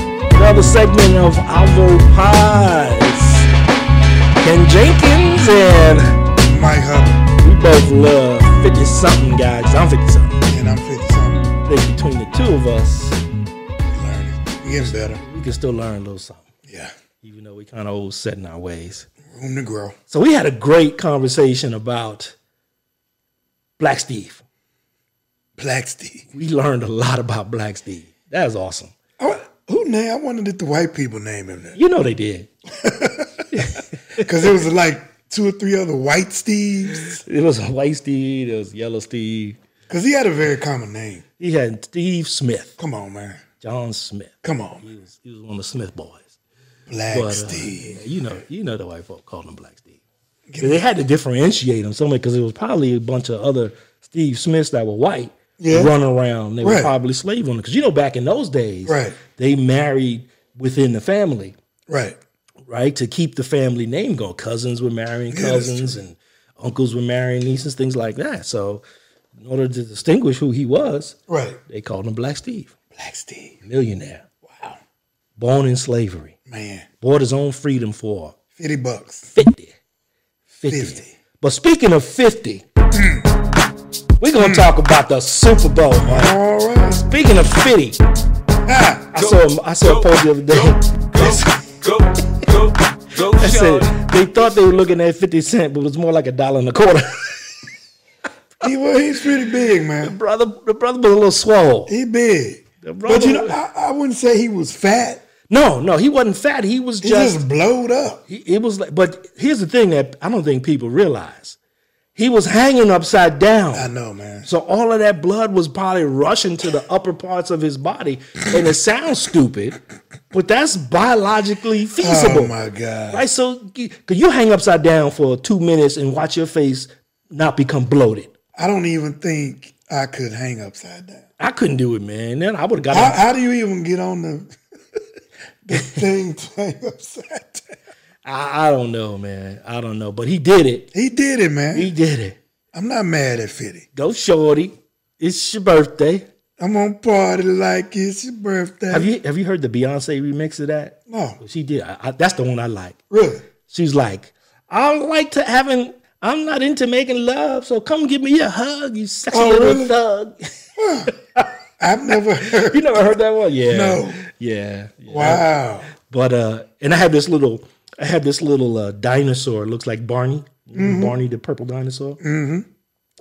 another segment of Alvo Pies. Ken Jenkins and Mike Hubbard, we both love 50 something guys. I'm 50 something. and I'm 50 something. I think between the two of us, Learning. It gets better. we can still learn a little something, Yeah. even though we kind of old set in our ways. Room to grow. So we had a great conversation about Black Steve. Black Steve. We learned a lot about Black Steve. That was awesome. Oh, who named? I wondered if the white people named him that. You know they did. Because there was like two or three other white Steves. It was White Steve, it was Yellow Steve. Because he had a very common name. He had Steve Smith, Come on, man. John Smith. Come on. man. He was, he was one of the Smith boys. Black But, uh, Steve. yeah, you know, you know the white folk called him Black Steve. They had to differentiate him somewhere because it was probably a bunch of other Steve Smiths that were white Yeah. running around. They were Right. probably slave owners because you know back in those days, Right. They married within the family, Right. right, to keep the family name going. Cousins were marrying that's cousins, and uncles were marrying nieces, things like that. So, in order to distinguish who he was, Right. they called him Black Steve, Black Steve. millionaire, Wow. born in slavery, Man. bought his own freedom for 50 bucks. 50. 50. 50. But speaking of 50, we're Hmm. going to talk about the Super Bowl. man. All right. Speaking of 50, Ah, I saw, I saw a post the other day. Go, go, go, I said shawty. they thought they were looking at 50 cent, but it was more like a dollar and a quarter. he, well, he's pretty big, man. brother, the brother was a little swole. He big. But brother- you know, I, I wouldn't say he was fat. No, no, he wasn't fat. He was He just, just blowed up. he- it was like, but here's the thing that I don't think people realize. He was hanging upside down. I know, man. So all of that blood was probably rushing to the upper parts of his body. And it sounds stupid, but that's biologically feasible. Oh my God. Right? So could you hang upside down for two minutes and watch your face not become bloated? I don't even think I could hang upside down. I couldn't do it, man. Then I would have got How, how do you even get on the, the thing to hang upside down? I, I don't know, man. I don't know. But he did it. He did it, man. He did it. I'm not mad at 50. Go shorty. It's your birthday. I'm on party like it's your birthday. Have you have you heard the Beyonce remix of that? No, She did. I, I, that's the one I like. really. She's like, I don't like to having. I'm not into making love, so come give me a hug, you sexy Oh, little really? thug. I've never heard. you never heard that one? Yeah. No. Yeah. yeah. Wow. But uh, and I had this little, I had this little uh, dinosaur. It looks like Barney, Barney the purple dinosaur. Mm-hmm.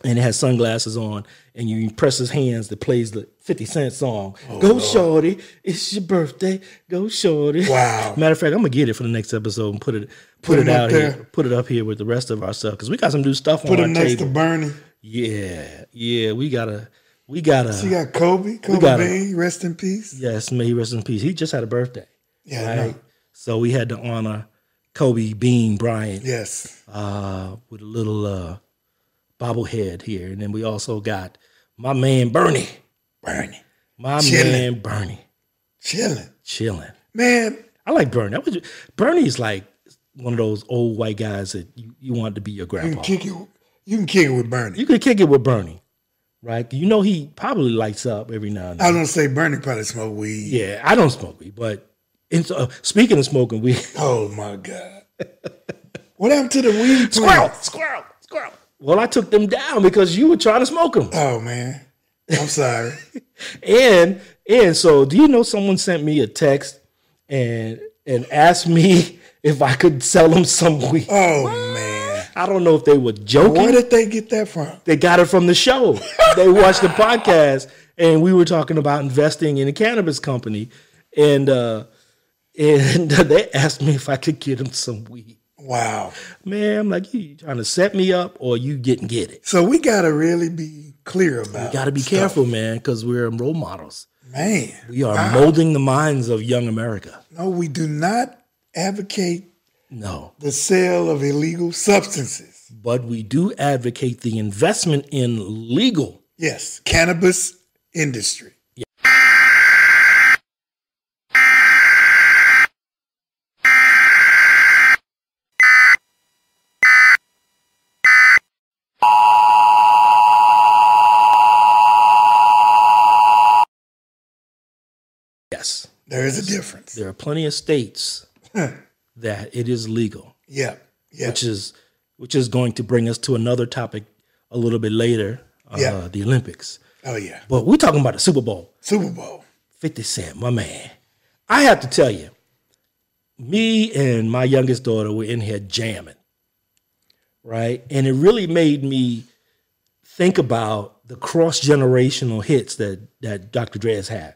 And it has sunglasses on, and you press his hands that plays the Fifty Cent song. Go shorty, it's your birthday. Go shorty. Wow. Matter of fact, I'm gonna get it for the next episode and put it put, it them up out there. here, put it up here with the rest of our stuff because we got some new stuff Put on our him next table. to Bernie. yeah, yeah, we gotta, we gotta. You got Kobe. Kobe got Bean. Rest in peace. yes, may he rest in peace. He just had a birthday. Yeah. I right? know. So we had to honor Kobe Bean Bryant Yes. uh, with a little uh, bobblehead here, and then we also got my man Bernie, Bernie. my Chilling. man Bernie, Chilling. chilling. Man, I like Bernie. I would ju- Bernie's like one of those old white guys that you, you want to be your you can grandpa. kick it. You can kick it with Bernie. You could kick it with Bernie, right? You know he probably lights up every now and then. I was gonna say Bernie probably smoked weed. yeah, I don't smoke weed, but and so, uh, speaking of smoking weed, Oh my God. what happened to the weed squirrel, plant? squirrel, squirrel. Well, I took them down because you were trying to smoke them. Oh man. I'm sorry. And and so do you know someone sent me a text and and asked me if I could sell them some weed. Oh man. I don't know if they were joking. Where did they get that from? They got it from the show. they watched the podcast and we were talking about investing in a cannabis company and uh and they asked me if I could get them some weed. Wow. Man, I'm like, you, you trying to set me up or you didn't get it. So we gotta really be clear about Got to be stuff. careful, man, because we're role models. Man. We are molding the minds of young America. No, we do not advocate No. the sale of illegal substances. but we do advocate the investment in legal. Yes, cannabis industry. Yes. There is a difference. There are plenty of states that it is legal, Yeah. Yeah. which is which is going to bring us to another topic a little bit later, uh, Yeah. the Olympics. oh yeah. But we're talking about the Super Bowl. Super Bowl. 50 Cent, my man. I have to tell you, me and my youngest daughter were in here jamming, right? And it really made me think about the cross generational hits that, that Dr. Dre has had,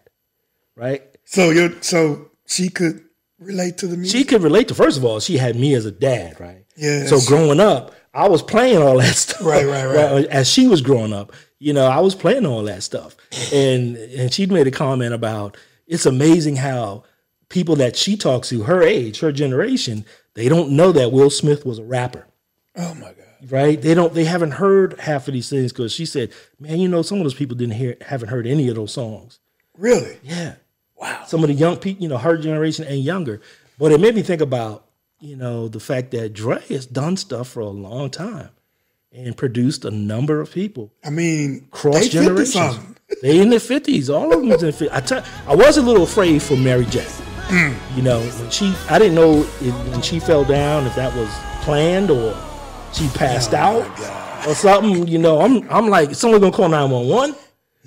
right? So you so she could relate to the music. She could relate to, first of all, she had me as a dad, right? Yes. So growing up, I was playing all that stuff. Right, right, right. Well, As she was growing up, you know, I was playing all that stuff. And and she made a comment about it's amazing how people that she talks to, her age, her generation, they don't know that Will Smith was a rapper. oh my God. Right? They don't they haven't heard half of these things because she said, Man, you know, some of those people didn't hear haven't heard any of those songs. Really? Yeah. Wow. Some of the young people, you know, her generation and younger. But it made me think about, you know, the fact that Dre has done stuff for a long time and produced a number of people I mean cross they 50 generations. something. They in their fifties. All of them's in fifties. I tell- I was a little afraid for Mary J. Hmm. You know, when she I didn't know if, when she fell down if that was planned or she passed Oh, out or something. You know, I'm I'm like someone gonna call nine one one.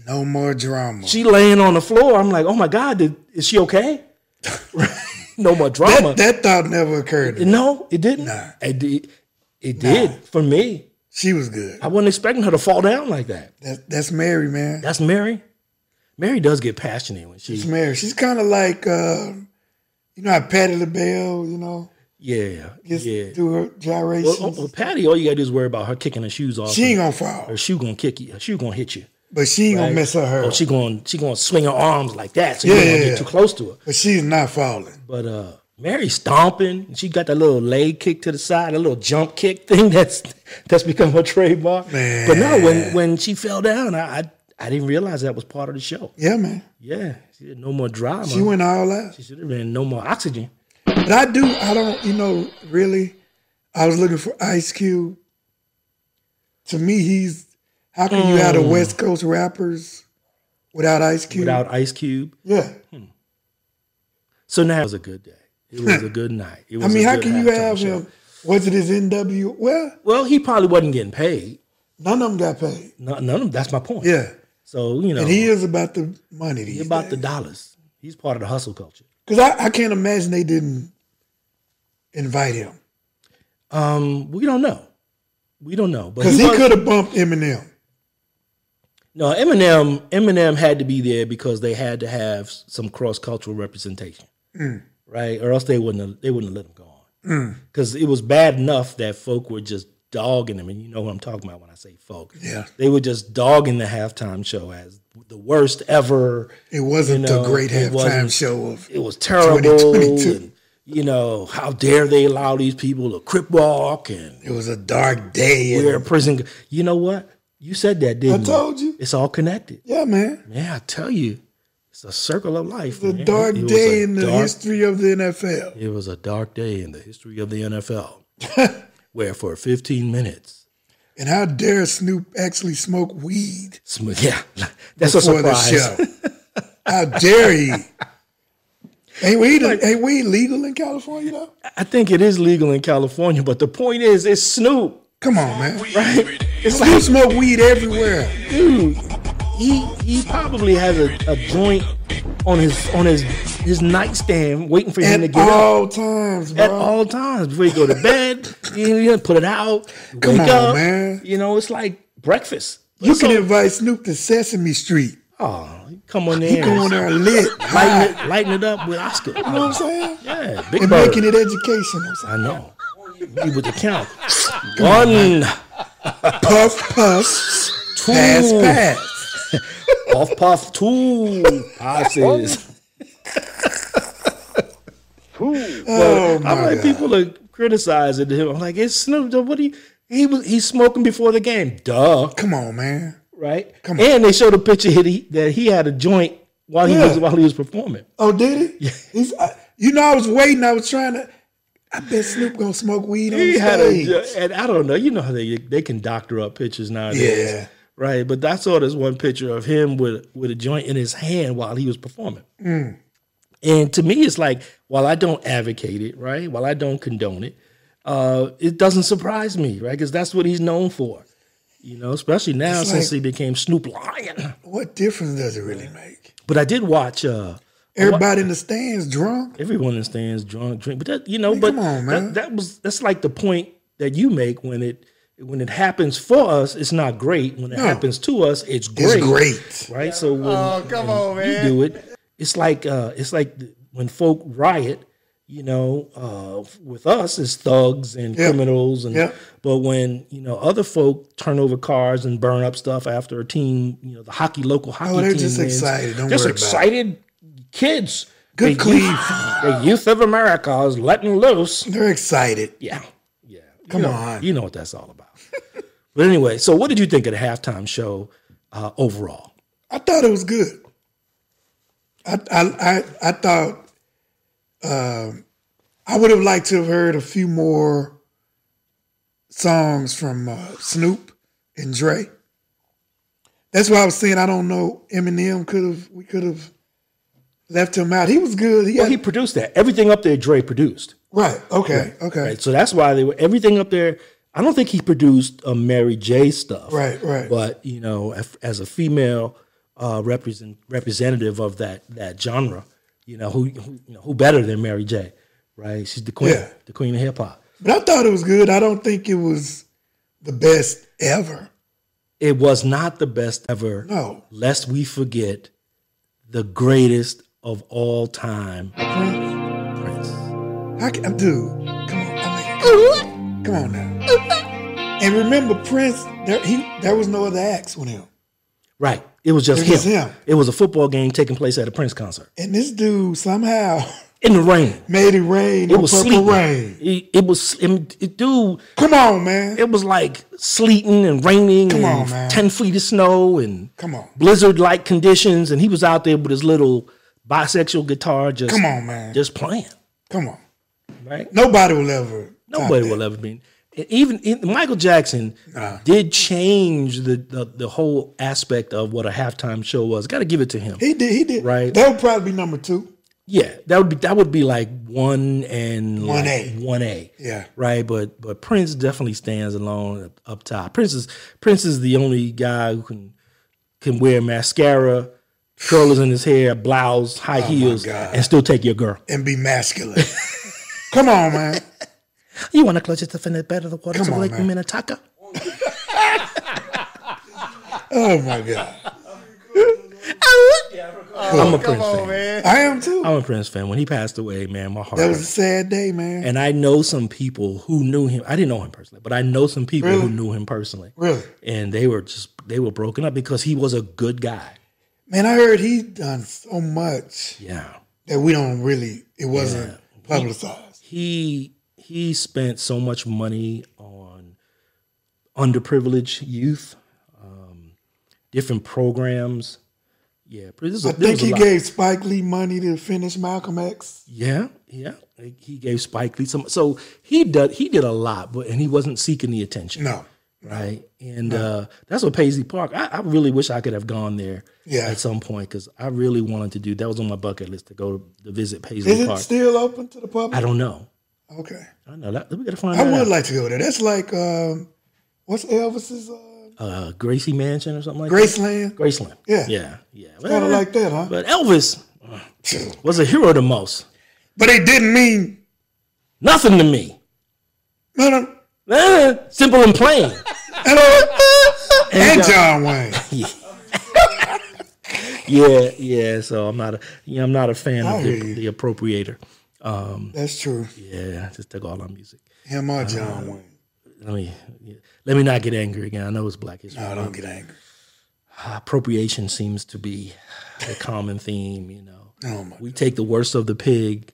No more drama. She laying on the floor. I'm like, oh my god, did, is she okay? no more drama. that thought never occurred. to me. no, it didn't. Nah. It did. It did for me. She was good. I wasn't expecting her to fall down like that. That, that's Mary, man. That's Mary. Mary does get passionate when she That's Mary. She's kind of like, uh, you know, I Patty LaBelle, you know, Yeah, gets yeah. through her Well, gyrations. oh, well, Patty, all you gotta do is worry about her kicking her shoes off. she ain't and gonna fall, her shoe gonna kick you. Her shoe gonna hit you. but she ain't gonna mess up her. Or Oh, she gonna she gonna swing her arms like that, so you Yeah, don't wanna yeah, get yeah. too close to her. but she's not falling. But uh, Mary's stomping. and She got that little leg kick to the side, a little jump kick thing that's that's become her trademark. But no, when when she fell down, I, I I didn't realize that was part of the show. Yeah, man. Yeah, she had no more drama. She went all out. she should have been no more oxygen. But I do. I don't. You know, really, I was looking for Ice Cube. To me, he's how can you out of West Coast rappers without Ice Cube? Mm. Without Ice Cube, yeah. So now it was a good day. It was a good night. It was I mean, a how good can you halftime have show. him? Was it his NW? Well, Well, he probably wasn't getting paid. none of them got paid. None, none of them. That's my point. Yeah. So you know, And he is about the money. Oh. he These about the dollars. He's part of the hustle culture. because I, I can't imagine they didn't invite him Um, we don't know. We don't know. But because he, was- could have bumped Eminem. No, Eminem. Eminem had to be there because they had to have some cross cultural representation, Mm. right? Or else they wouldn't. Have, they wouldn't have let him go on. Because it was bad enough that folk were just dogging him, and you know what I'm talking about when I say folk. Yeah. they were just dogging the halftime show as the worst ever. It wasn't You know, the great it wasn't- halftime show of it was terrible. 2022. And, you know, how dare they allow these people to crip walk and It was a dark day. and- wear a prison? g- You know what? You said that, didn't I told you. It's all connected. Yeah, man. Man, I tell you, it's a circle of life. The man. dark It was day a in the dark- history of the NFL. It was a dark day in the history of the NFL, where for 15 minutes, And how dare Snoop actually smoke weed sm- yeah, that's a for the surprise. show? how dare he? Ain't weed, ain't weed legal in California, though? I think it is legal in California, but the point is, it's Snoop. Come on, man. It's Snoop like, smoke weed everywhere. dude, he he probably has a, a joint on his on his his nightstand waiting for him to At get up. all times, bro. at all times before you go to bed. you, you put it out. Come wake on, up, man. You know, it's like breakfast. you So- can invite Snoop to Sesame Street. oh, you come on He there, going and there lit, high, lighten it, lighten it up with Oscar. Oh, you know what I'm saying? Yeah, big And Bird. making it educational. I know. Me with the count. One Puff, puff, two pass, pass. puff puff two passes. Oh, my I'm like God. people are criticizing him. I'm like, it's Snoop. Dogg, What do you? He was he's smoking before the game. Duh. Come on, man. right? Come on. and they showed a picture that he, that he had a joint while he was Yeah. while he was performing. Oh, did he? He's, I, you know, I was waiting. I was trying to. I bet Snoop gonna smoke weed on He had a, stage. jo- and I don't know, you know how they they can doctor up pictures nowadays, Yeah. right? But Mm. I saw this one picture of him with with a joint in his hand while he was performing. And to me, it's like while I don't advocate it, right? While I don't condone it, uh, it doesn't surprise me, right? Because that's what he's known for, you know. Especially now It's since like- he became Snoop Lion. What difference does it really make? But I did watch uh, Everybody in the stands drunk. everyone in the stands drunk, drink, but that you know, but come on, man. That, that was that's like the point that you make when it when it happens for us, it's not great. When it happens to us, it's great. It's great. right? So when, Oh, come on, you man. do it. It's like uh, it's like th- when folk riot, you know, uh, f- with us it's thugs and Yeah. criminals, and Yeah. but when you know other folk turn over cars and burn up stuff after a team, you know, the hockey local hockey Oh, they're team just wins, excited. Don't just worry about it. excited kids. Good the youth, grief. the youth of America is letting loose. They're excited. Yeah, yeah. You Come know- on. you know what that's all about. but anyway, so what did you think of the halftime show uh, overall? I thought it was good. I I I, I thought um, I would have liked to have heard a few more songs from uh, Snoop and Dre. That's why I was saying I don't know Eminem could have we could have left him out. He was good. He, Well, had, he produced that. Everything up there, Dre produced. right. Okay. Okay. Right? So that's why they were everything up there. I don't think he produced a Mary J stuff. Right, right. But you know, af- as a female uh, represent, representative of that that genre, you know who, who you know who better than Mary J. Right? She's the queen, Yeah. the queen of hip hop. But I thought it was good. I don't think it was the best ever. It was not the best ever. No. Lest we forget the greatest of all time, Prince. Prince. How can, dude, come on, I mean, come on now. And remember, Prince, there he there was no other acts with him. Right. It was just It was him. him. It was a football game taking place at a Prince concert And this dude somehow in the rain. made it rain. It on was purple sleeting. rain. It, it was it, it- dude. Come on, man. It was like sleeting and raining Come and on, man. ten feet of snow and Come on. blizzard-like conditions, and he was out there with his little bisexual guitar, just Come on, man. just playing. Come on. Right? Nobody will ever. Nobody will ever be. and Even and Michael Jackson did change the, the the whole aspect of what a halftime show was. Got to give it to him. He did. He did. Right. That would probably be number two. Yeah, that would be that would be like one and One like A. one A. Yeah. right. But but Prince definitely stands alone up- up top. Prince is Prince is the only guy who can can wear mascara, curlers in his hair, blouse, high heels, Oh God. and still take your girl. And be masculine. Come on, man. You want to clutch it to finish better the water Come so on, like man. Minnetonka? Oh my God. I'm a Come Prince on, fan. man. I am too. I'm a Prince fan. When he passed away, man, my heart. That hurt. was a sad day, man. and I know some people who knew him. I didn't know him personally, but I know some people who Really? knew him personally. Really? and they were just they were broken up because he was a good guy. Man, I heard he done so much Yeah. that we don't really it wasn't publicized. He he spent so much money on underprivileged youth, um, different programs. Yeah, this is a- I there think was a he lot. gave Spike Lee money to finish Malcolm X. Yeah, yeah. He gave Spike Lee some. So he did he did a lot, but and he wasn't seeking the attention. No. right? And uh, that's what Paisley Park. I, I really wish I could have gone there Yeah. at some point because I really wanted to do. That was on my bucket list to go to visit Paisley Is it Park. still open to the I public? don't know. Okay. I don't know that we gotta find I that would out. like to go there. That's like um what's Elvis's uh, uh, Gracie Mansion or something like Graceland? that. Graceland. Yeah. yeah, yeah. Kind Well, of like that, huh? But Elvis was a hero to most. But it didn't mean Nothing to me. no no Eh, simple and plain. and John Wayne. yeah, yeah. So I'm not a, yeah, I'm not a fan I of the, hear you. the appropriator. That's true. Yeah, I just took all our music. Him or John Uh-huh. Wayne. let me let me not get angry again. I know it's black history. No, Oh, don't get angry. Appropriation seems to be the common theme. You know, Oh my we take the worst of the pig,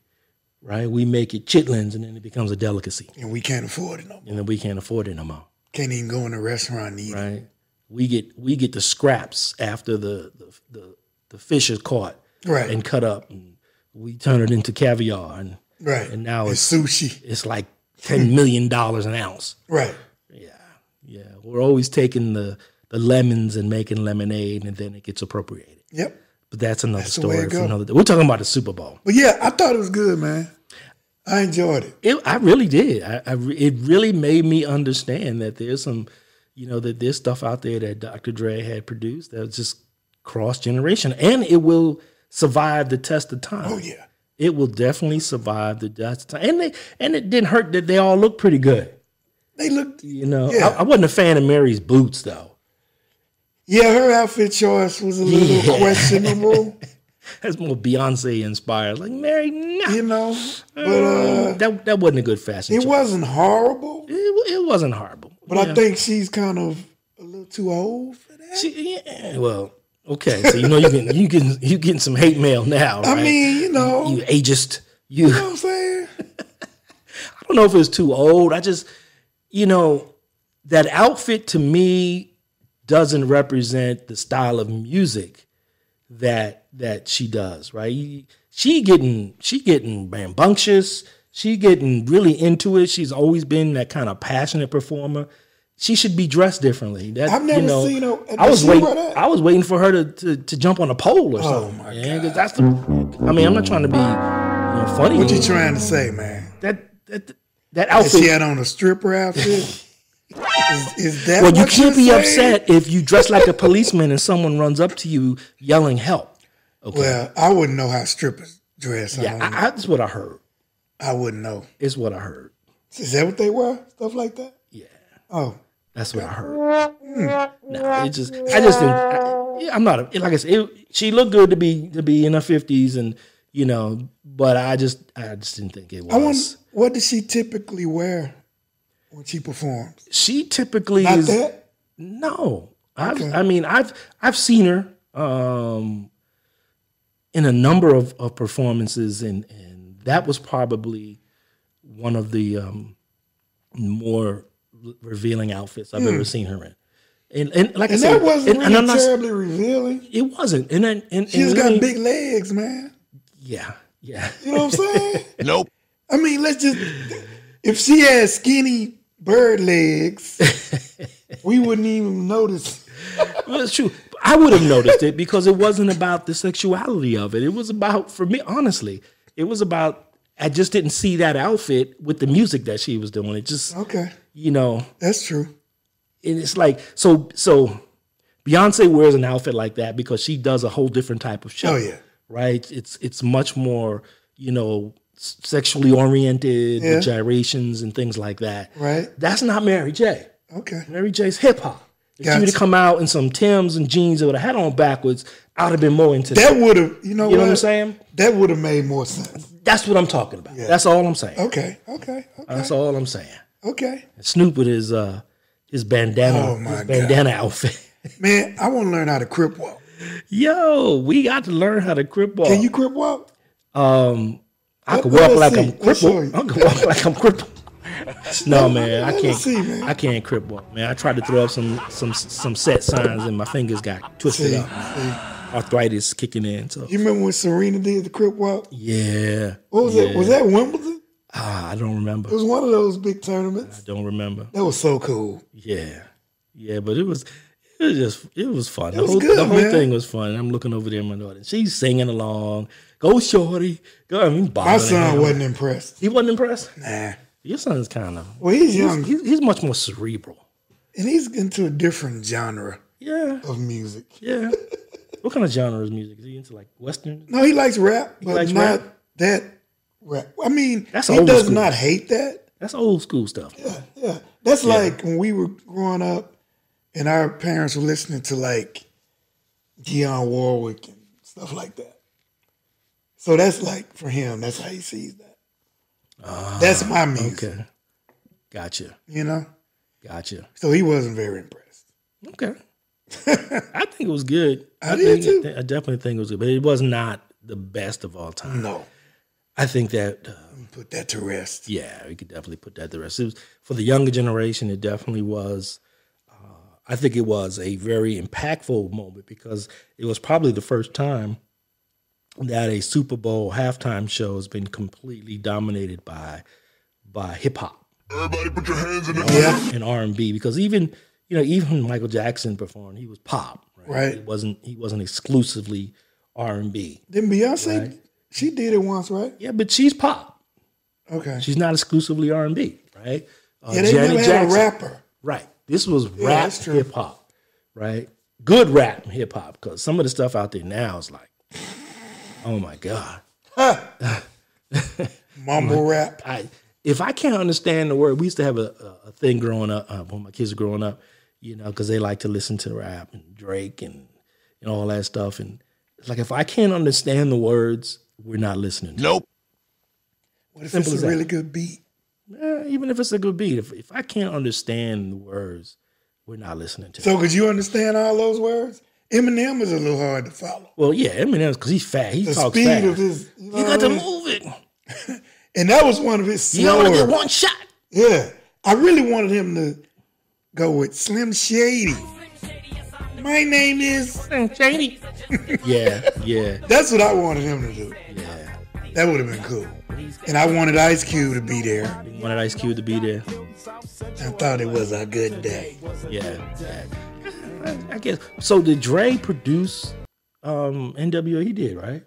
right? We make it chitlins, and then it becomes a delicacy, and we can't afford it no more. and then we can't afford it no more, Can't even go in a restaurant and eat it. right? We get we get the scraps after the the the, the fish is caught Right. and cut up, and we turn it into caviar, and Right. and now it's sushi. it's like ten million dollars an ounce. Right. Yeah, we're always taking the the lemons and making lemonade, and then it gets appropriated. Yep. But that's another the way story it for go. another day. We're talking about the Super Bowl. But yeah, I thought it was good, man. I enjoyed it. It, I really did. I, I re- it really made me understand that there's some, you know, that there's stuff out there that Dr. Dre had produced that was just cross generation, and it will survive the test of time. Oh yeah. It will definitely survive the test of time, and they and it didn't hurt that they all look pretty good. They looked You know, Yeah. I, I wasn't a fan of Mary's boots though. yeah, her outfit choice was a little Yeah. questionable, That's more Beyonce inspired. Like Mary, no, you know. But uh that that wasn't a good fashion. it choice. wasn't horrible. It, it wasn't horrible. But I think she's kind of a little too old for that. She, yeah, well, okay. So you know you can you can you getting some hate mail now. I right? mean, you know, you you ageist. You. know what I'm saying? I don't know if it's too old. I just, you know, that outfit to me doesn't represent the style of music that that she does. Right? You- She getting she getting rambunctious. She getting really into it. She's always been that kind of passionate performer. She should be dressed differently. That, I've you never know, seen her- I was she waiting. wear that? I was waiting for her to, to, to jump on a pole or something. Oh my yeah, 'cause that's the. I mean, I'm not trying to be you know, funny. What you trying to say, man? that that that That she outfit. had on a stripper outfit? is, is that Well, you what can't be you're saying? upset if you dress like a policeman and someone runs up to you yelling help. Okay, Well, I wouldn't know how strippers dress. I, yeah, don't know. I, I, that's what I heard. I wouldn't know. Is what I heard. Is that what they wear? Stuff like that? Yeah. Oh, That's what I heard. Hmm. Nah, it just I just didn't. I, yeah, I'm not a, like I said. It, she looked good to be to be in her fifties, and you know, but I just I just didn't think it was. I wonder what does she typically wear when she performs? she typically Not is that. No, I've, I mean I've I've seen her um, in a number of, of performances, and and that was probably one of the um, more re- revealing outfits I've ever seen her in. And, and like Hmm. And I said, that wasn't and- and really I'm not- terribly revealing. it wasn't. And then and, She's and got let me- big legs, man. yeah, yeah, You know what I'm saying? Nope. I mean, let's just if she had skinny bird legs, we wouldn't even notice. well, it's true. I would have noticed it because it wasn't about the sexuality of it. It was about, for me, honestly, it was about. I just didn't see that outfit with the music that she was doing. It just, Okay, you know, that's true. and it's like so. So, Beyonce wears an outfit like that because she does a whole different type of show. Oh, yeah. right. It's it's much more, you know, s- sexually oriented, Yeah. with gyrations and things like that. Right. That's not Mary J. Okay, Mary J's hip hop. If she Gotcha. would have come out in some Tim's and jeans with a hat on backwards, I'd have been more into that. that would have you know You know what what I'm saying? That would have made more sense. That's what I'm talking about. That's all I'm saying. Okay, okay, okay, That's all I'm saying. okay. Snoop with his uh his bandana Oh, my his God. bandana outfit. Man, I want to learn how to crip walk. Yo, we got to learn how to crip walk. Can you crip walk? Um, I Let- could let walk us like see. I'm Let us show crippled. you. I could walk like I'm crippled. No man, I let us can't. see, man. I can't crip walk, man. I tried to throw up some some some set signs and my fingers got twisted See, up. Arthritis kicking in. So You remember when Serena did the crip walk? yeah, What was that? Was that Wimbledon? ah, I don't remember. It was one of those big I tournaments. don't remember. That was so cool. Yeah, yeah, but it was it was just it was fun. The was whole, good, the whole man. thing was fun. I'm looking over there in my daughter. She's singing along. Go shorty. Go. I mean, My bothering son him. wasn't impressed. He wasn't impressed. Nah. Your son's kind of. Well, he's young He's, he's much more cerebral. and he's into a different genre Yeah, of music. yeah. what kind of genre is music? Is he into like Western? No, he likes rap, but likes not rap? that rap. I mean, That's he old does school. not hate that. That's old school stuff. Yeah, that's like when we were growing up, and our parents were listening to like Dionne Warwick and stuff like that. So that's like for him. That's how he sees that. that's my Ah, music, Okay, gotcha, you know. gotcha. So he wasn't very impressed. Okay, I think it was good. I did think- too. I definitely think it was good, but it was not the best of all time. No, I think that uh, put that to rest. yeah, we could definitely put that to rest. It was, for the younger generation, it definitely was. Uh, I think it was a very impactful moment because it was probably the first time that a Super Bowl halftime show has been completely dominated by by hip hop Everybody put your hands in the Yeah, and R and B. Because even you know even when Michael Jackson performed, he was pop. Right? Right. He wasn't he wasn't exclusively R and B. Then Beyonce, she did it once, right? Yeah, but she's pop. Okay. She's not exclusively R and B, right? Uh, yeah, they never had a rapper. Right. This was rap that's true. hip hop, right? Good rap hip hop, because some of the stuff out there now is like, oh my god. Mumble rap. I if I can't understand the word, we used to have a, a, a thing growing up uh, when my kids were growing up, you know, because they like to listen to rap and Drake and and all that stuff. And it's like if I can't understand the words, we're not listening. No, What if Simple as it's a that. really good beat? Eh, even if it's a good beat, if if I can't understand the words, we're not listening to. it. So could you understand all those words? Eminem is a little hard to follow. well, yeah, Eminem's because he's fat. He The talks speed fast. of his, you know you got what I to mean? move it. and that was one of his You only get slower. one shot. Yeah, I really wanted him to go with Slim Shady. My name is. Yeah, yeah, That's what I wanted him to do. yeah. That would have been cool. And I wanted Ice Cube to be there. Wanted Ice Cube to be there. I thought it was a good day. Yeah. yeah. I, I guess. So did Dre produce um NWA? He did, right?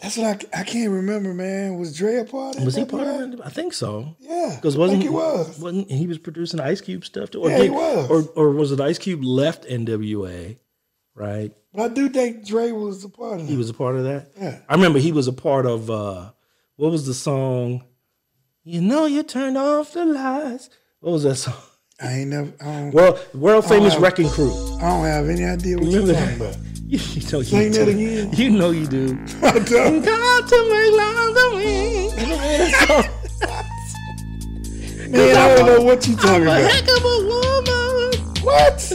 That's what I, I can't remember, man. Was Dre a part of it? Was he part of it? I think so. Yeah. Because wasn't I think he was. not he was producing Ice Cube stuff too? Or Yeah, he was. Or or was it Ice Cube left NWA? Right. But I do think Dre was a part of He it. was a part of that. Yeah. I remember he was a part of uh what was the song? You know you turned off the lights. What was that song? I ain't never. I don't, Well, world famous Oh, I- wrecking crew. I don't have any idea what you're Remember talking that? about. You know you Sing that do. again. You know you do. I don't. God to make love to me. Man, I don't know what you're talking about. of a woman. What?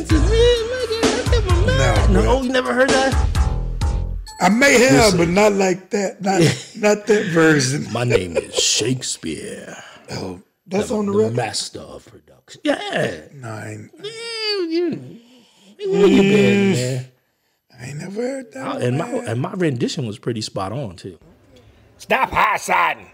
No, No, you never heard that. I may have, but not like that. Not not that version. My name is Shakespeare, No, that's on the the record. master of production. Yeah, No, I ain't, Yeah, you. you look at that, man. I ain't never heard that. And my and my rendition was pretty spot on too. Stop high siding.